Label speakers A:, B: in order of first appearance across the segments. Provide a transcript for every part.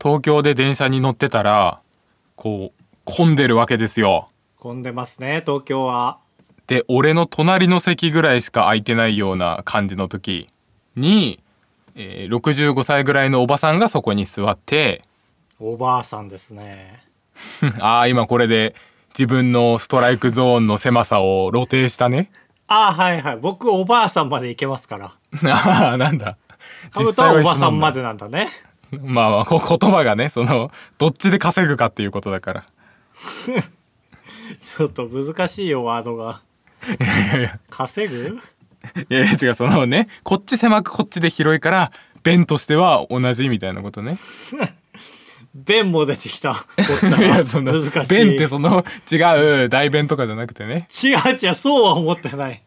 A: 東京で電車に乗ってたらこう混んでるわけですよ
B: 混んでますね東京は
A: で俺の隣の席ぐらいしか空いてないような感じの時に、えー65歳ぐらいのおばさんがそこに座って
B: おばあさんですね
A: ああ今これで自分のストライクゾーンの狭さを露呈したね
B: ああはいはい僕おばあさんまで行けますから
A: ああなんだ
B: カブトはおばさんま
A: で
B: でなんだね
A: まあまあこう言葉がねそのどっちで稼ぐかっていうことだから
B: ちょっと難しいよワードが稼ぐ
A: いやいや違うそのねこっち狭くこっちで広いから弁としては同じみたいなことね
B: 弁も出てきたおっ
A: い
B: た
A: やその
B: 難しい
A: 弁ってその違う代弁とかじゃなくてね
B: 違う違うそうは思ってない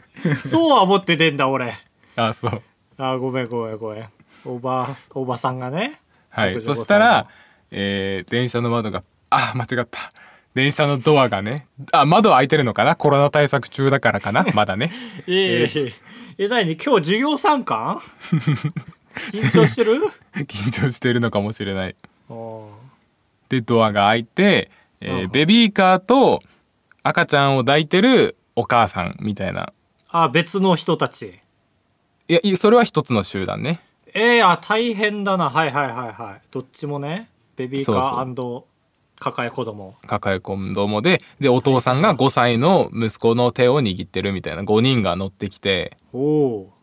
B: そうは思ってねえんだ俺
A: あそう
B: あーごめんごめんごめんおばあおばさんがね
A: はい
B: 65
A: そしたら、えー電車の窓があ間違った電車のドアがねあ窓開いてるのかなコロナ対策中だからか なまだね
B: いえいえいええ何今日授業 参観緊張してる
A: 緊張してるのかもしれない
B: おー
A: でドアが開いて、えー
B: うん
A: ベビーカーと赤ちゃんを抱いてるお母さんみたいな
B: あ別の人たち
A: いやいそれは一つの集団ね
B: えー、あ大変だなはいはいはいはいどっちもねベビーカー抱え子供
A: 抱え込むどもででお父さんが5歳の息子の手を握ってるみたいな5人が乗ってきて
B: おお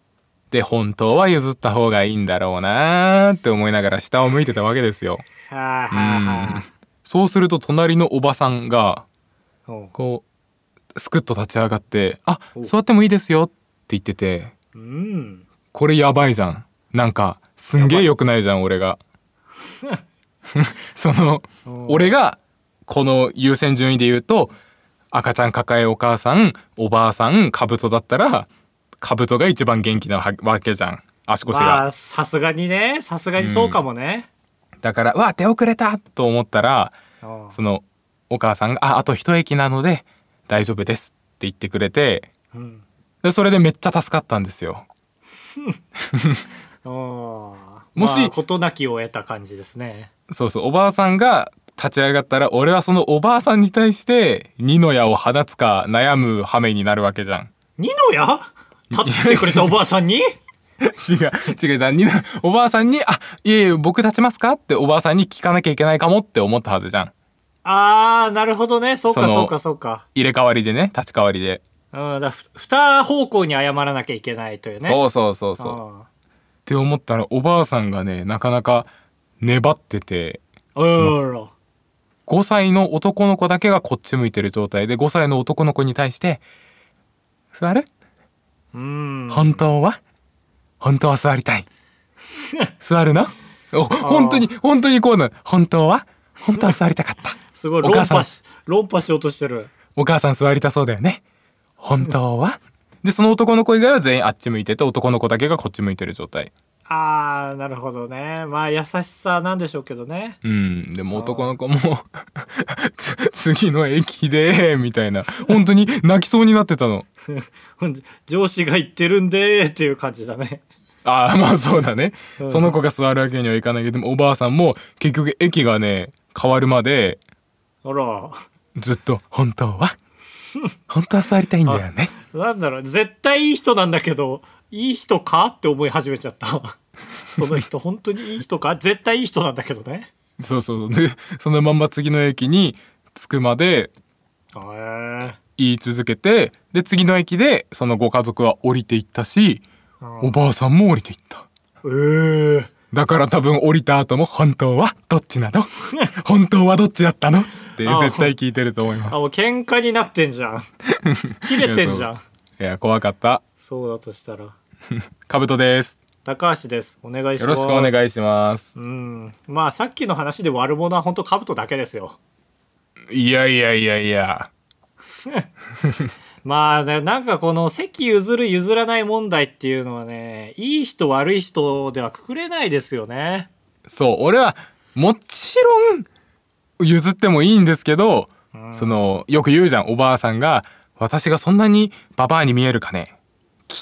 A: で本当は譲った方がいいんだろうなーって思いながら下を向いてたわけですよ
B: ーはあはあは
A: そうすると隣のおばさんが
B: あおう
A: こうスクッと立ち上がって「あ座ってもいいですよ」って言ってて
B: うん
A: これやばいじゃんなんかすんげえ良くないじゃん俺が その
B: うん
A: 俺がこの優先順位で言うと赤ちゃん抱えお母さんおばあさん兜だったら兜が一番元気なわわけじゃん足腰が、
B: まあさすがにねさすがにそうかもね、
A: だから「うわ手遅れた!」と思ったら
B: うん
A: そのお母さんが「ああと一駅なので大丈夫です」って言ってくれて
B: うん
A: でそれでめっちゃ助かったんですよ。
B: も
A: もし
B: まあ、事なきを得た感じですね
A: そうそうおばあさんが立ち上がったら俺はそのおばあさんに対して二の矢を放つか悩む羽目になるわけじゃん。
B: 二の矢立ってくれたおばあさんに
A: 違う違うだにおばあさんに「あいえいえ僕立ちますか?」っておばあさんに聞かなきゃいけないかもって思ったはずじゃん
B: あーなるほどねそうか
A: その
B: そうかそうか
A: 入れ替わりでね立ち替わりで、
B: うんだふ二方向に謝らなきゃいけないというね
A: そうそうそうそうっ
B: そ
A: て思ったらおばあさんがねなかなか粘ってて
B: うんあら
A: 5歳の男の子だけがこっち向いてる状態で5歳の男の子に対して「座る
B: うん
A: 本当は本当は座りたい座るのお本当に本当にこうなの本当は本当は座りたかった」
B: すごい
A: お
B: 論
A: 母さん
B: 破し論破しようとしてる
A: お母さん座りたそうだよね本当はでその男の子以外は全員あっち向いてて男の子だけがこっち向いてる状態
B: あーなるほどねまあ優しさなんでしょうけどね
A: うんでも男の子も つ次の駅でみたいな本当に泣きそうになってたの
B: ほん上司が言ってるんでーっていう感じだね
A: ああまあそうだね、
B: うん
A: その子が座るわけにはいかないけどでもおばあさんも結局駅がね変わるまで
B: あら
A: ずっと「本当は本当は座りたいんだよね」
B: なんだろう絶対いい人なんだけどいい人かって思い始めちゃった その人本当にいい人か絶対いい人なんだけどね
A: そうそうでそのまんま次の駅に着くまで
B: へえ
A: 言い続けてで次の駅でそのご家族は降りていったしおばあさんも降りていった
B: えー、
A: だから多分降りた後も「本当はどっちな の本当はどっちだったの?」って
B: あ
A: 絶対聞いてると思いま
B: あもう喧嘩になってん じゃん切れてんじゃん
A: すいや怖かった
B: そうだとしたら
A: カブトです
B: 高橋ですお願いし
A: よ
B: ま
A: ろ
B: す
A: しくお願いします
B: うんまあさっきの話で悪者は本当カブトだけですよ
A: いやいやいやいや
B: まあねなんかこの席譲る譲らない問題っていうのはねいい人悪い人ではくくれないですよね
A: そう俺はもちろん譲ってもいいんですけど、そのよく言うじゃんおばあさんが「私がそんなにババアに見えるかね?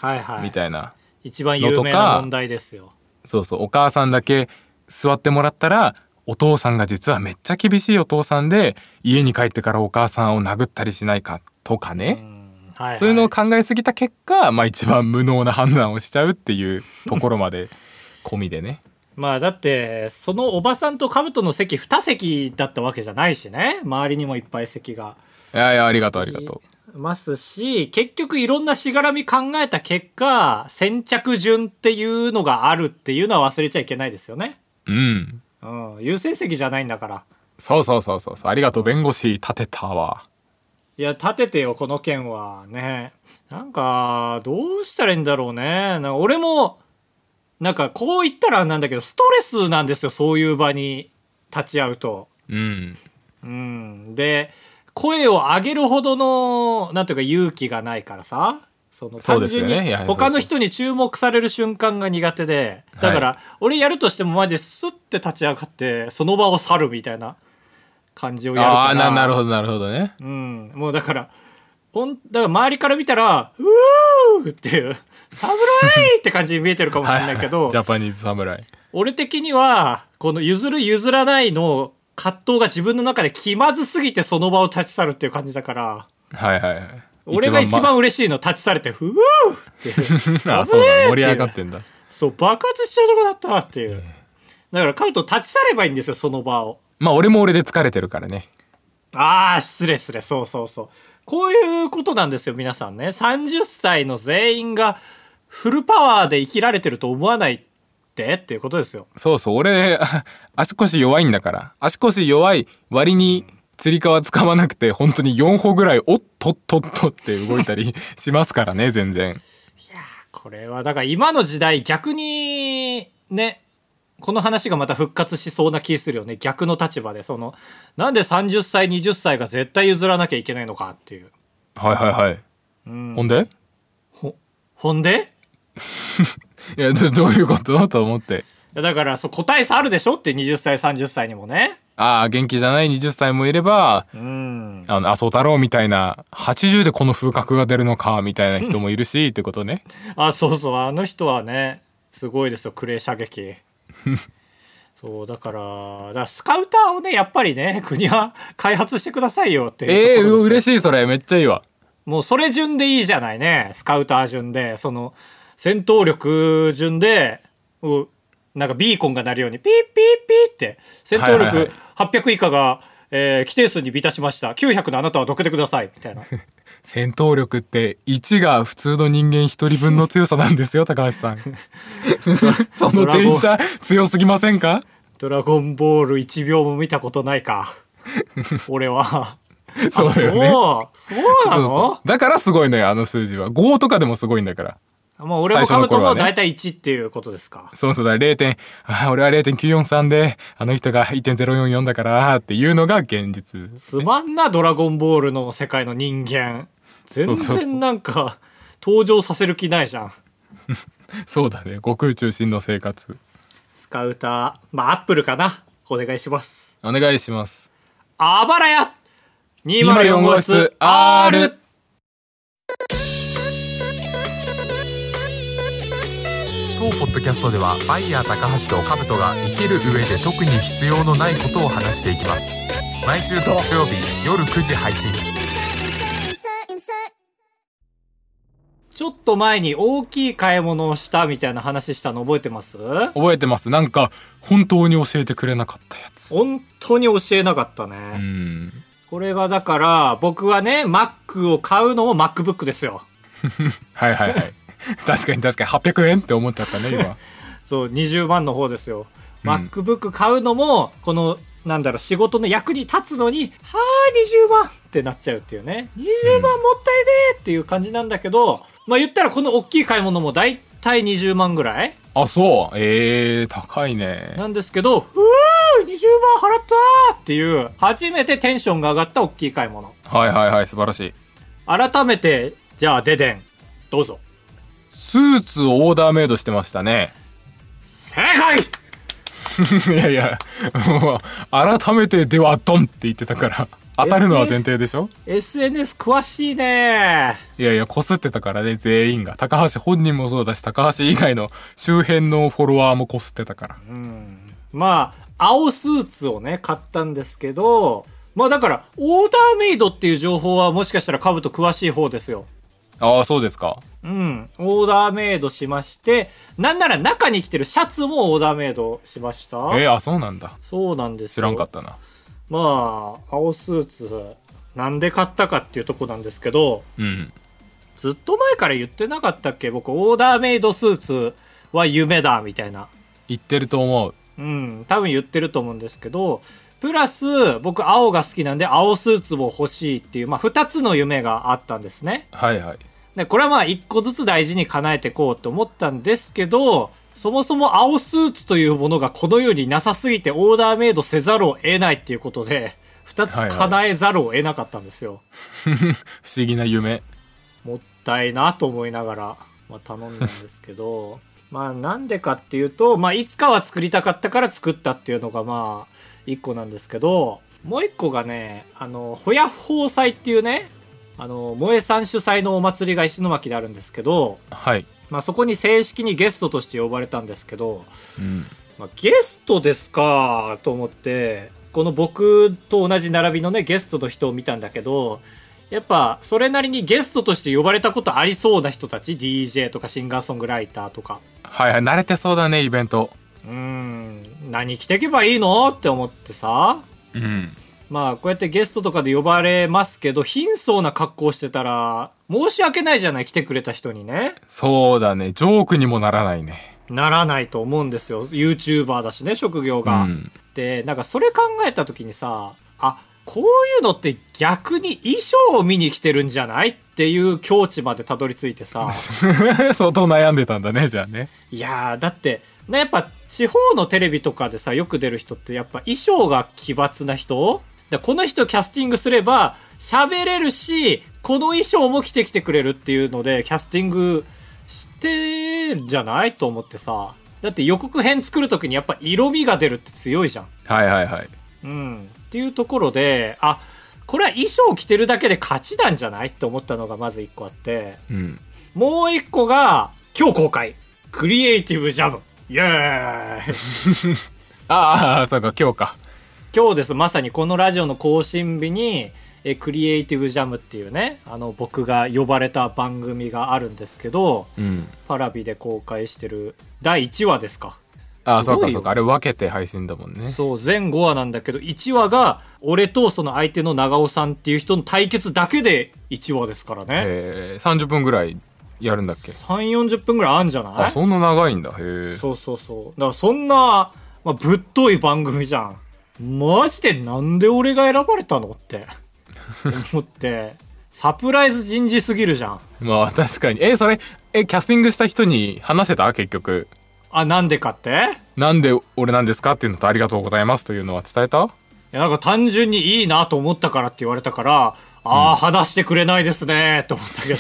B: はいは」い
A: みたいな
B: 一番有名な問題ですよ
A: そうそうお母さんだけ座ってもらったらお父さんが実はめっちゃ厳しいお父さんで家に帰ってからお母さんを殴ったりしないかとかね、
B: うんはいはい
A: そういうのを考えすぎた結果、まあ、一番無能な判断をしちゃうっていうところまで込みで ね
B: まあだってそのおばさんと兜の席2席だったわけじゃないしね周りにもいっぱい席が
A: いやいやありがとうありがと
B: ますし結局いろんなしがらみ考えた結果先着順っていうのがあるっていうのは忘れちゃいけないですよね、
A: ううん
B: うん、優先席じゃないんだから
A: そうそうそうそうそうありがとう弁護士立てたわ
B: いや立ててよこの件はねなんかどうしたらいいんだろうねなんか俺もなんかこう言ったらなんだけどストレスなんですよそういう場に立ち会うと。
A: うん
B: うん、で声を上げるほどのなんていうか勇気がないからさその
A: そう
B: 単
A: ですよ
B: 純
A: ねい
B: に
A: や
B: 他の人に注目される瞬間が苦手でだから俺やるとしてもマジでスッて立ち上がってその場を去るみたいな感じをやるから
A: ああーななるほどなるほどね
B: うん、もうだからほんだから周りから見たら「ううー!」っていう「侍!」って感じに見えてるかもしれないけど
A: ジャパニーズ侍
B: 俺的にはこの譲る譲らないの葛藤が自分の中で気まずすぎてその場を立ち去るっていう感じだから
A: はいはいはい
B: 俺が一
A: ま
B: 番嬉しいの立ち去れてふうっていう
A: あそうだ
B: 危
A: 盛り
B: ね
A: 上
B: えって
A: が
B: いう
A: ってんだ
B: そう爆発しちゃうとこだったっていうだからカルト立ち去ればいいんですよその場を
A: まあ俺も俺で疲れてるからね
B: ああ失礼失礼そうそうそうこういうことなんですよ皆さんね30歳の全員がフルパワーで生きられてると思わないでっていうことですよ
A: そうそう俺 あ足腰弱いんだから足腰弱い割につり革つかまなくて本当に4歩ぐらいおっとっとっとって動いたりしますからね全然
B: これはだから今の時代逆にねこの話がまた復活しそうな気するよね逆の立場でそのなんで30歳20歳が絶対譲らなきゃいけないのかっていう
A: はいはいはい、ほんで
B: ほほんで
A: いやどどういうことと思って
B: いやだからそう個体差あるでしょって20歳30歳にもね
A: ああ元気じゃない20歳もいれば
B: うん
A: あの麻生太郎みたいな80でこの風格が出るのかみたいな人もいる しってことね
B: あそうそうあの人はねすごいですよクレー射撃そうだからだからスカウターをねやっぱりね国は 開発してくださいよっていう
A: ええ
B: ところですよ
A: 嬉しいそれめっちゃいいわ
B: もうそれ順でいいじゃないね。スカウター順で、その、戦闘力順で、うなんかビーコンが鳴るように、ピッピッピッって、戦闘
A: はいはい
B: 力800以下が、えー規定数に満たしました。900のあなたはどけてください。みたいな。
A: 戦闘力って1が普通の人間1人分の強さなんです よ高橋さんその電車強すぎませんか
B: ドラゴンボール1秒も見たことないか。俺は。
A: そうだよね
B: あそうそうな
A: そう
B: の
A: そうだからすごいのよあの数字は5とかでもすごいんだから
B: もう俺も
A: 最
B: カ
A: 初の
B: ブト
A: 頃は
B: も
A: ね
B: 大体1っていうことですか。
A: そうそうだ0点あー俺は0.943であの人が1.044だからっていうのが現実
B: すまんな「ドラゴンボール」の世界の人間全
A: そうそうそう
B: 然なんか登場させる気ないじゃん
A: そうだね悟空中心の生活
B: スカウターまあアップルかなお願いします
A: お願いします
B: あばらや204号室 R
A: 当ポッドキャストではバイヤー高橋とカブトが生きる上で特に必要のないことを話していきます毎週土曜日夜9時配信
C: insert, insert.
B: ちょっと前に大きい買い物をしたみたいな話したの覚えてます
A: 覚えてますなんか本当に教えてくれなかったやつ
B: 本当に教えなかったね、
A: うん
B: これがだから僕はね Mac を買うのも MacBook ですよ
A: はいはい はい確かに確かに800円って思っちゃったね今
B: そう20万の方ですよ、
A: うん
B: MacBook 買うのもこのなんだろう仕事の役に立つのにはあ20万ってなっちゃうっていうね20万もったいねえっていう感じなんだけど、まあ言ったらこの大きい買い物も大体20万ぐらい
A: あそうえー、高いね
B: なんですけどうわー20万払ったーっていう初めてテンションが上がった大きい買い物
A: はいはいはい素晴らしい
B: 改めてじゃあデデンどうぞ
A: スーツをオーダーメイドしてましたね
B: 正解
A: いやいやもう改めてではドンって言ってたから当たるのは前提でしょ
B: SNS 詳しいね
A: いやいや、こすってたからね、全員が。高橋本人もそうだし、高橋以外の周辺のフォロワーもこすってたから。
B: ま青スーツをね、買ったんですけど、まあだから、オーダーメイドっていう情報はもしかしたらカブと詳しい方ですよ。
A: ああそうですか
B: うん。オーダーメイドしまして、なんなら中に着てるシャツもオーダーメイドしました。
A: えー、あそうなんだ
B: そうなんです
A: 知
B: よ。
A: らんかったな
B: まあ、青スーツ、なんで買ったかっていうとこなんですけど、
A: うん
B: ずっと前から言ってなかったっけ僕、オーダーメイドスーツは夢だ、みたいな。
A: 言ってると思う
B: うん、多分言ってると思うんですけど、プラス、僕、青が好きなんで、青スーツも欲しいっていう、まあ、二つの夢があったんですね。
A: はい はい
B: で、これはまあ、一個ずつ大事に叶えていこうと思ったんですけど、そもそも青スーツというものがこの世になさすぎて、オーダーメイドせざるを得ないっていうことで、二つ叶えざるを得なかったんですよ。
A: 不思議な夢
B: もったいなと思いながら、まあ、頼んだんですけど まあなんでかっていうと、まあ、いつかは作りたかったから作ったっていうのがまあ一個なんですけどもう一個がねあのホヤホー祭っていうねあの萌えさん主催のお祭りが石巻であるんですけど、
A: はい、
B: まあ、そこに正式にゲストとして呼ばれたんですけど、
A: うん、
B: まあ、ゲストですかと思ってこの僕と同じ並びのねゲストの人を見たんだけどやっぱそれなりにゲストとして呼ばれたことありそうな人たち DJ とかシンガーソングライターとか
A: はいはい慣れてそうだねイベント
B: うーん何着てけばいいのって思ってさ
A: うん
B: まあこうやってゲストとかで呼ばれますけど貧相な格好してたら申し訳ないじゃない来てくれた人にね
A: そうだねジョークにもならないね
B: ならないと思うんですよ YouTuber だしね職業
A: う
B: が。
A: ん
B: でなんかそれ考えた時にさあこういうのって逆に衣装を見に来てるんじゃないっていう境地までたどり着いてさ
A: 相当悩んでたんだねじゃあね
B: いやーだって、ね、やっぱ地方のテレビとかでさよく出る人ってやっぱ衣装が奇抜な人だこの人キャスティングすれば喋れるしこの衣装も着てきてくれるっていうのでキャスティングしてんじゃないと思ってさだって予告編作る時にやっぱ色味が出るって強いじゃん
A: はいはいはい
B: うん、っていうところであこれは衣装を着てるだけで勝ちなんじゃないって思ったのがまず1個あって
A: うん
B: もう1個が今日公開クリエイティブジャムイエーイ
A: ああそうか今日か
B: 今日ですまさにこのラジオの更新日にえクリエイティブジャムっていうねあの僕が呼ばれた番組があるんですけど
A: うん
B: パラビで公開してる第1話ですか
A: ああ
B: す
A: そ
B: ごいう
A: かそ
B: よ
A: うかあれ分けて配信だもんね
B: そう、全5話なんだけど、1話が、俺とその相手の長尾さんっていう人の対決だけで1話ですからね。
A: えー、30分ぐらいやるんだっけ
B: 3、40分ぐらいあんじゃない
A: あそんな長いんだへえ
B: そうそうそう。だからそんな、まあ、ぶっとい番組じゃん。マジでなんで俺が選ばれたのって思って、サプライズ人事すぎるじゃん。
A: まあ確かにえそれえキャスティングした人に話せた結局
B: あ、なんでかって
A: なんで俺なんですかっていうのとありがとうございますというのは伝えた
B: いや、なんか単純にいいなと思ったからって言われたから、ああ、話してくれないですねって思ったけど。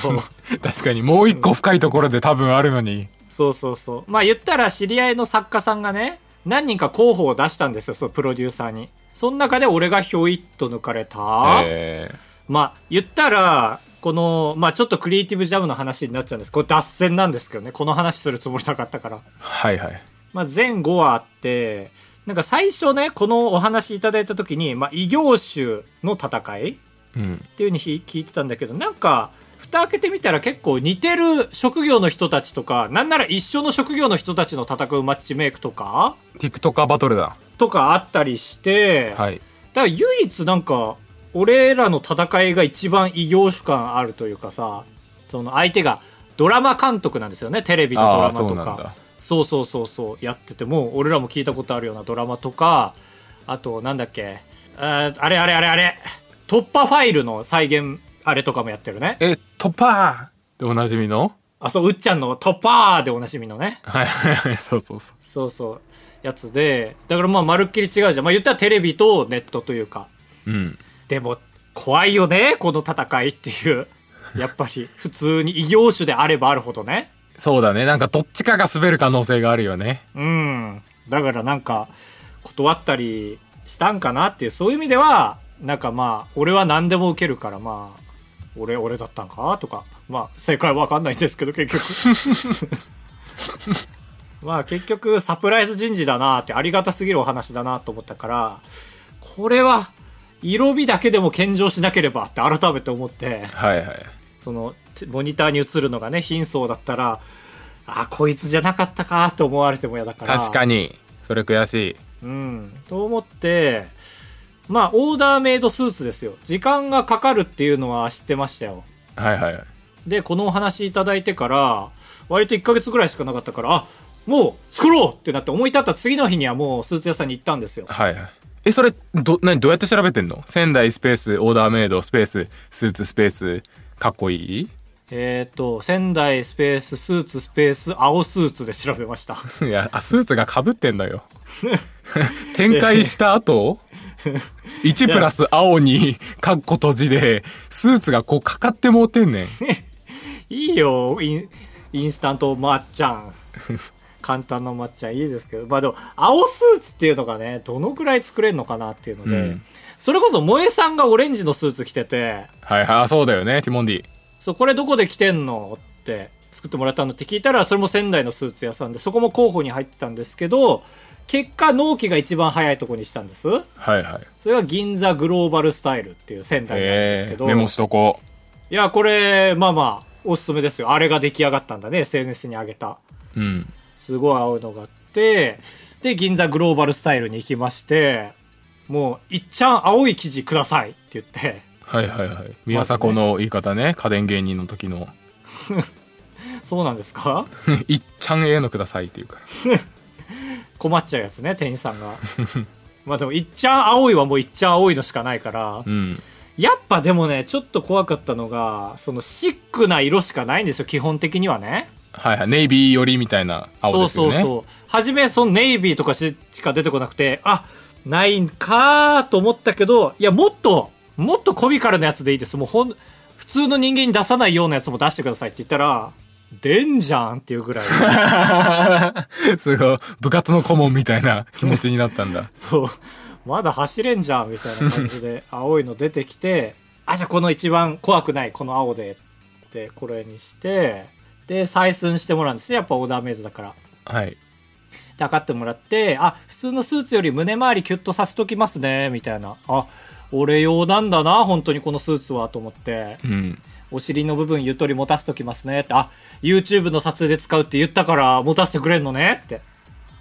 A: 確かにもう一個深いところで多分あるのに
B: そうそうそう。まあ言ったら知り合いの作家さんがね、何人か候補を出したんですよ、そのプロデューサーに。その中で俺がひょいっと抜かれた。
A: え
B: まあ言ったら、この、まあちょっとクリエイティブジャムの話になっちゃうんです。これ脱線なんですけどね。この話するつもりなかったから。
A: ー、はいはい
B: まあ前5話あって、なんか最初ね、このお話いただいた時に、まあ異業種の戦い
A: うん
B: っていうふうにひ聞いてたんだけどなんか蓋開けてみたら結構似てる職業の人たちとかなんなら一緒の職業の人たちの戦うマッチメイクとか
A: TikToker バトルだ
B: とかあったりして、
A: はい
B: だから唯一なんか俺らの戦いが一番異業種感あるというかさその相手がドラマ監督なんですよねテレビのドラ
A: ああ
B: マ
A: ーそう
B: と
A: なん
B: か
A: だ
B: そうそうそうそうやってても俺らも聞いたことあるようなドラマとかあとなんだっけあーあれあれあれあれ突破ファイルの再現あれとかもやってるね
A: えトッパーでおなじみの
B: あそううっちゃんの突破でおなじみのね
A: はいはいはいそうそうそう
B: そうそうやつでだからまあまるっきり違うじゃんまあ言ったらテレビとネットというか
A: うん
B: でも怖いよねこの戦いっていうやっぱり普通に異業種であればあるほどね
A: そうだねなんかどっちかが滑る可能性があるよね
B: うん。だからなんか、断ったりしたんかなっていう、そういう意味では、なんかまあ、俺は何でも受けるから、まあ、俺、俺だったんかとか、まあ、正解わかんないんですけど、結局。まあ結局サプライズ人事だなってありがたすぎるお話だなと思ったから、これは色味だけでも献上しなければって改めて思って、
A: はいはい
B: そのてモニターに映るのがね、貧相だったら、あ、こいつじゃなかったかって思われても嫌だから。
A: 確かにそれ悔しい
B: うん。と思って、まあオーダーメイドスーツですよ。時間がかかるっていうのは知ってましたよ。
A: はいはいはい
B: で、このお話いただいてから、割と1ヶ月ぐらいしかなかったから、あ、もう作ろうってなって思い立った次の日にはもうスーツ屋さんに行ったんですよ。
A: はいはいえそれど何どうやって調べてんの仙台スペースオーダーメイドスペーススーツスペースかっこいい
B: えっ、と、仙台スペーススーツスペース青スーツで調べました。
A: いやあスーツがかぶってんだよ展開した後1プラス青にカッコ閉じでスーツがこうかかってもうてんねん
B: いいよ、イン、インスタント抹茶。簡単な抹茶いいですけど。まあでも、青スーツっていうのがね、どのくらい作れるのかなっていうので、
A: うん
B: それこそ萌えさんがオレンジのスーツ着てて、
A: はいはいあそうだよねティモンディ
B: そう、これどこで着てんのって作ってもらったのって聞いたら、それも仙台のスーツ屋さんで、そこも候補に入ってたんですけど、結果、納期が一番早いとこにしたんです。
A: はいはい
B: それが銀座グローバルスタイルっていう仙台なんですけ
A: えー、
B: ど、
A: メモしとこ
B: いや、これ、まあまあ、おすすめですよ。あれが出来上がったんだね、SNS に上げた。
A: ううん
B: すごい青いのがあって、で、銀座グローバルスタイルに行きまして、もう、いっちゃん青い生地くださいって言って、
A: はいはいはい宮迫の言い方ね家電芸人の時の
B: そうなんですか
A: 「いっちゃんええのください」っていうから
B: 困っちゃうやつね店員さんがまあでも「いっちゃん青い」はもう「いっちゃん青い」のしかないから
A: うん
B: やっぱでもねちょっと怖かったのがそのシックな色しかないんですよ基本的にはね
A: はいはいネイビー寄りみたいな青ですよね
B: そうそうそう初めそのネイビーとかししか出てこなくてあないんかーと思ったけどいやもっともっとコミカルなやつでいいですもうほん普通の人間に出さないようなやつも出してくださいって言ったら出んじゃんってい うぐらい
A: すごい部活の顧問みたいな気持ちになったんだ
B: そう。まだ走れんじゃんみたいな感じで、青いの出てきて、あ、じゃあこの一番怖くない、この青で、って、これにして、で、採寸してもらうんですね。やっぱオーダーメイドだから。
A: はい
B: で、測ってもらって、あ、普通のスーツより胸周りキュッとさせときますね、みたいな。あ、俺用なんだな、本当にこのスーツは、と思って。
A: うん
B: お尻の部分ゆとり持たせときますね、って。あ、YouTube の撮影で使うって言ったから、持たせてくれんのね、って。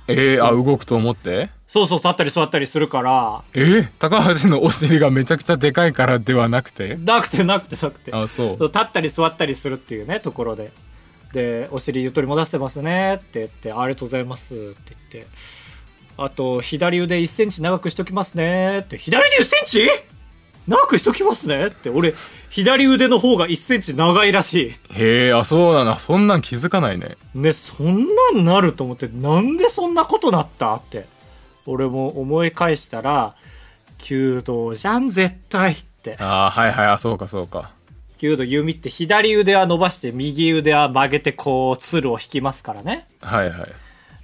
A: えー、あ動くと思って
B: そうそう、立ったり座ったりするから、
A: えー、高橋のお尻がめちゃくちゃでかいからではなくて
B: なくてなくてなくて。
A: あそ
B: そう
A: う
B: 立ったり座ったりするっていうねところでで「お尻ゆとり戻してますね」って言って「ありがとうございます」って言ってあと「左腕1センチ長くしときますね」って「左腕1センチ長くしときますね」って俺左腕の方が1センチ長いらし
A: へえあそうなのそんなん気づかないね
B: いねそんなんなると思ってなんでそんなことなったって俺も思い返したら「弓道じゃん絶対」って
A: あーはいはいあそうかそうか
B: 弓道弓って左腕は伸ばして右腕は曲げてこうツルを引きますからね
A: はいはい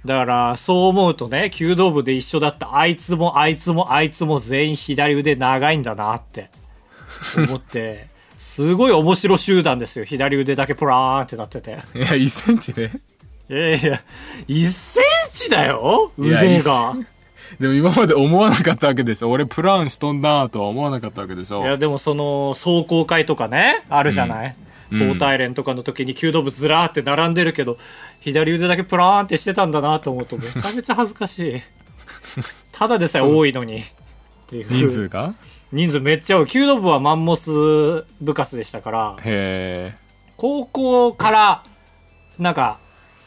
B: だからそう思うとね弓道部で一緒だったあいつもあいつもあいつも全員左腕長いんだなって思ってすごい面白集団ですよ左腕だけポラーンってなってて
A: いや1センチね
B: いやいや1センチだよ
A: いや
B: 腕が
A: でも今まで思わなかったわけでしょ俺プランしとんなとは思わなかったわけでしょ
B: いやでもその壮行会とかねあるじゃない、
A: うん
B: 総体連とかの時に弓道部ずらーって並んでるけど左腕だけプラーンってしてたんだなと思うとめちゃめちゃ恥ず かしいただでさえ多いのにっていう
A: 人数が
B: 人数めっちゃ多い弓道部はマンモス部活でしたから
A: へえ
B: 高校からなんか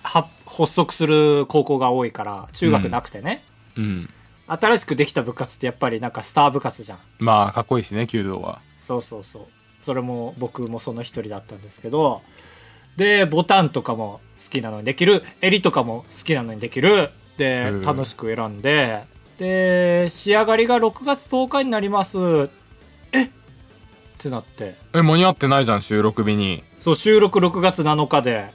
B: は発足する高校が多いから中学なくてね、
A: うん
B: 新しくできた部活ってやっぱりなんかスター部活じゃん
A: まあかっこいいしね弓道は
B: そうそうそうそれも僕もその一人だったんですけどでボタンとかも好きなのにできる襟とかも好きなのにできるで
A: うん
B: 楽しく選んでで仕上がりが6月10日になりますえってなって
A: え間に合ってないじゃん収録日に
B: そう収録6月7日で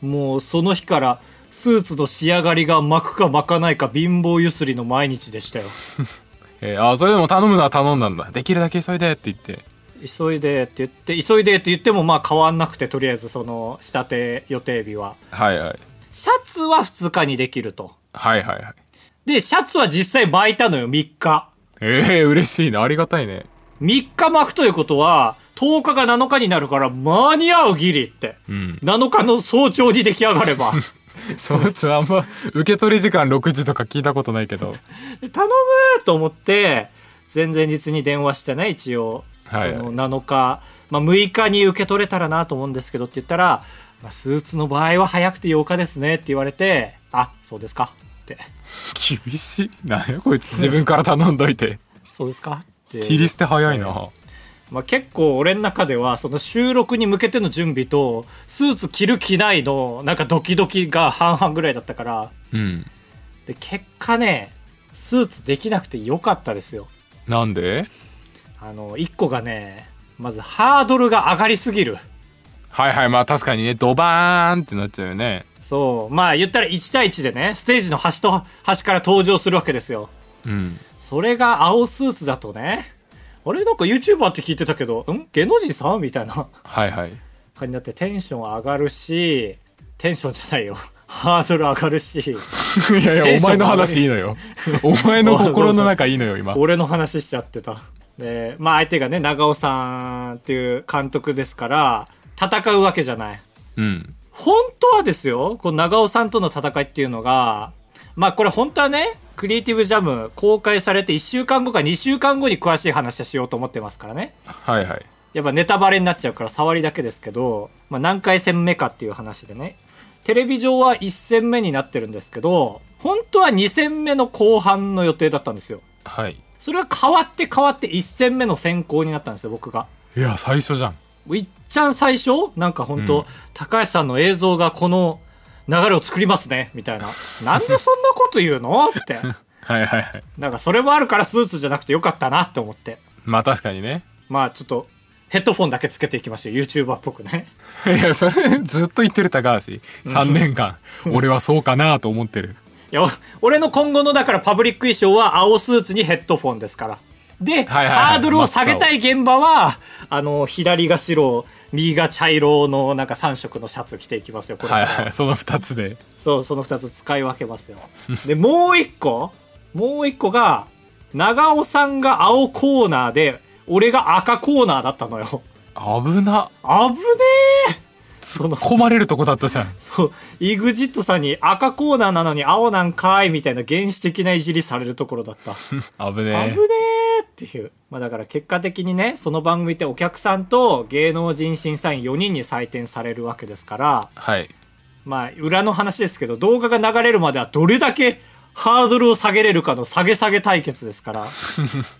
B: もうその日からスーツの仕上がりが巻くか巻かないか貧乏ゆすりの毎日でしたよ
A: えー、あそれでも頼むのは頼んだんだできるだけ急いでって言って
B: 急いでって言って急いでって言ってもまあ変わんなくてとりあえずその仕立て予定日は
A: はいはい
B: シャツは2日にできると。
A: はいはいはい。
B: で、シャツは実際巻いたのよ、3日。
A: ええ嬉しいな。ありがたいね。
B: 3日巻くということは、10日が7日になるから間に合うギリって。
A: うん。
B: 7日の早朝に出来上がれば。
A: そう、ちょ、あんま、受け取り時間6時とか聞いたことないけど。
B: 頼むと思って、前々日に電話してね、一応。
A: はいはい
B: その7日、まあ6日に受け取れたらなと思うんですけどって言ったら、まあ、スーツの場合は早くて8日ですねって言われて、あ、そうですかって。
A: 厳しい。なやこいつ、自分から頼んどいて。
B: そうですかって。
A: 切り捨て早いな。
B: まあ、結構俺の中ではその収録に向けての準備とスーツ着る着ないのなんかドキドキが半々ぐらいだったから
A: うん。
B: で結果ねスーツできなくてよかったですよ
A: なんで
B: あの1個がねまずハードルが上がりすぎる
A: はいはい、まあ確かにね、ドバーンってなっちゃうよね。
B: そうまあ言ったら1対1でねステージの端と端から登場するわけですよ
A: うん。
B: それが青スーツだとねあれなんか YouTuber って聞いてたけどん芸能人さんみたいな
A: はいはい。
B: 感じになってテンション上がるしテンションじゃないよハードル上がるし
A: いやい
B: テ
A: や、
B: ン
A: お
B: ショ
A: 前
B: ン
A: の
B: が上がる
A: 話いいのよ。お前 の心の中いいのよ、今。
B: 俺の話しちゃってたでまあ相手がね長尾さんっていう監督ですから戦うわけじゃない
A: うん。
B: 本当はですよこの長尾さんとの戦いっていうのがまあこれ本当はねクリエイティブジャム公開されて1週間後か2週間後に詳しい話をしようと思ってますからね
A: はいはい。
B: やっぱネタバレになっちゃうから触りだけですけど、まあ、何回戦目かっていう話でねテレビ上は1戦目になってるんですけど本当は2戦目の後半の予定だったんですよ
A: はい。
B: それが変わって変わって1戦目の選考になったんですよ僕が
A: いや、最初じゃん。
B: いっちゃん最初なんか本当、
A: うん
B: 高橋さんの映像がこの流れを作りますねみたいななんでそんなこと言うの って
A: はいはいはい。
B: なんかそれもあるからスーツじゃなくてよかったなって思って
A: まあ確かにね。
B: まあちょっとヘッドフォンだけつけていきましょう YouTuber っぽくね
A: いや、それ、ずっと言ってる高橋。3年間、俺はそうかなと思ってる。
B: いやお俺の今後のだからパブリック衣装は青スーツにヘッドフォンですからで、
A: はいはい
B: ハードルを下げたい現場はあの左が白右が茶色のなんか3色のシャツ着ていきますよこれか
A: は
B: ら
A: いはい、その2つで。
B: そう、その二つ使い分けますよ。で、もう一個もう一個が、長尾さんが青コーナーで、俺が赤コーナーだったのよ。
A: 危な。
B: 危ねえ
A: 突っ込まれるとこだったじゃん。
B: そう、イグジットさんに赤コーナーなのに青なんかいみたいな原始的ないじりされるところだった。
A: 危
B: 危
A: ね
B: ねえっていう。まあだから結果的にね、その番組ってお客さんと芸能人審査員4人に採点されるわけですから、
A: え。はい。
B: まあ、裏の話ですけど、動画が流れるまではどれだけハードルを下げれるかの下げ下げ対決で すから、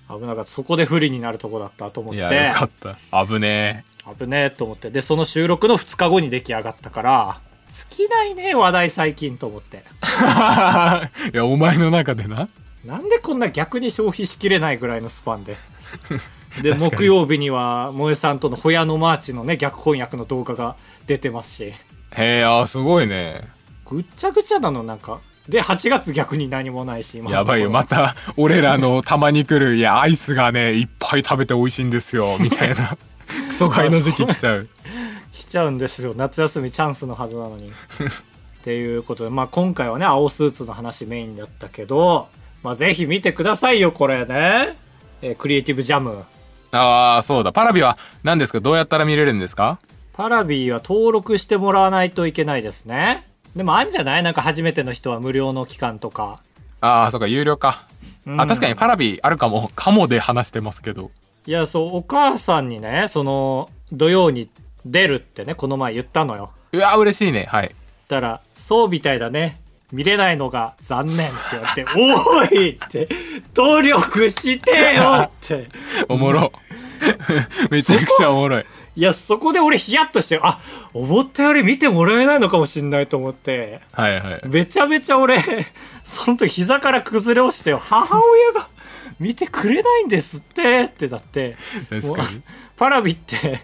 B: 危なかった。そこで不利になるとこだったと思っ
A: い
B: て、
A: や、よかった。危ね
B: 危ねえと思って。で、その収録の2日後に出来上がったから、尽きないね、話題最近と思って。
A: え。 いや、お前の中でな。
B: なんでこんな逆に消費しきれないぐらいのスパンで。で、
A: 確かに
B: 木曜日には、萌えさんとのホヤのマーチのね、逆翻訳の動画が出てますし、
A: へえ、あー、すごいね。
B: ぐっちゃぐちゃなの、なんか。で、8月逆に何もないし、今の
A: やばいよ、
B: ところ
A: また、俺らのたまに来る、いや、アイスがね、いっぱい食べて美味しいんです よ、みたいな。クソ買いの時期来ちゃう。
B: 来ちゃうんですよ夏休みチャンスのはずなのにっていうことで、まあ、今回はね青スーツの話メインだったけど、まあ、ぜひ見てくださいよこれね、えークリエイティブジャム
A: ああ、そうだ。パラビは何ですかどうやったら見れるんですか
B: パラビーは登録してもらわないといけないですねでもあんじゃないなんか初めての人は無料の期間とか
A: ああ、そうか、有料か。
B: う
A: あ、
B: ん
A: 確かにパラビあるかも。かもで話してますけど。
B: いやそうお母さんにねその土曜に出るってねこの前言ったのよ
A: うわ、嬉しいね。はい。
B: ったら、そうみたいだね。見れないのが残念って言われて、 おーいって、努力してよ って。
A: おもろ。めちゃくちゃおもろい。
B: いや、そこで俺ヒヤッとして、あ、思ったより見てもらえないのかもしんないと思って、
A: はいはい。
B: めちゃめちゃ俺、 その時膝から崩れ落ちて、母親が見てくれないんですって、ってなって。
A: 確かに。
B: パラビって、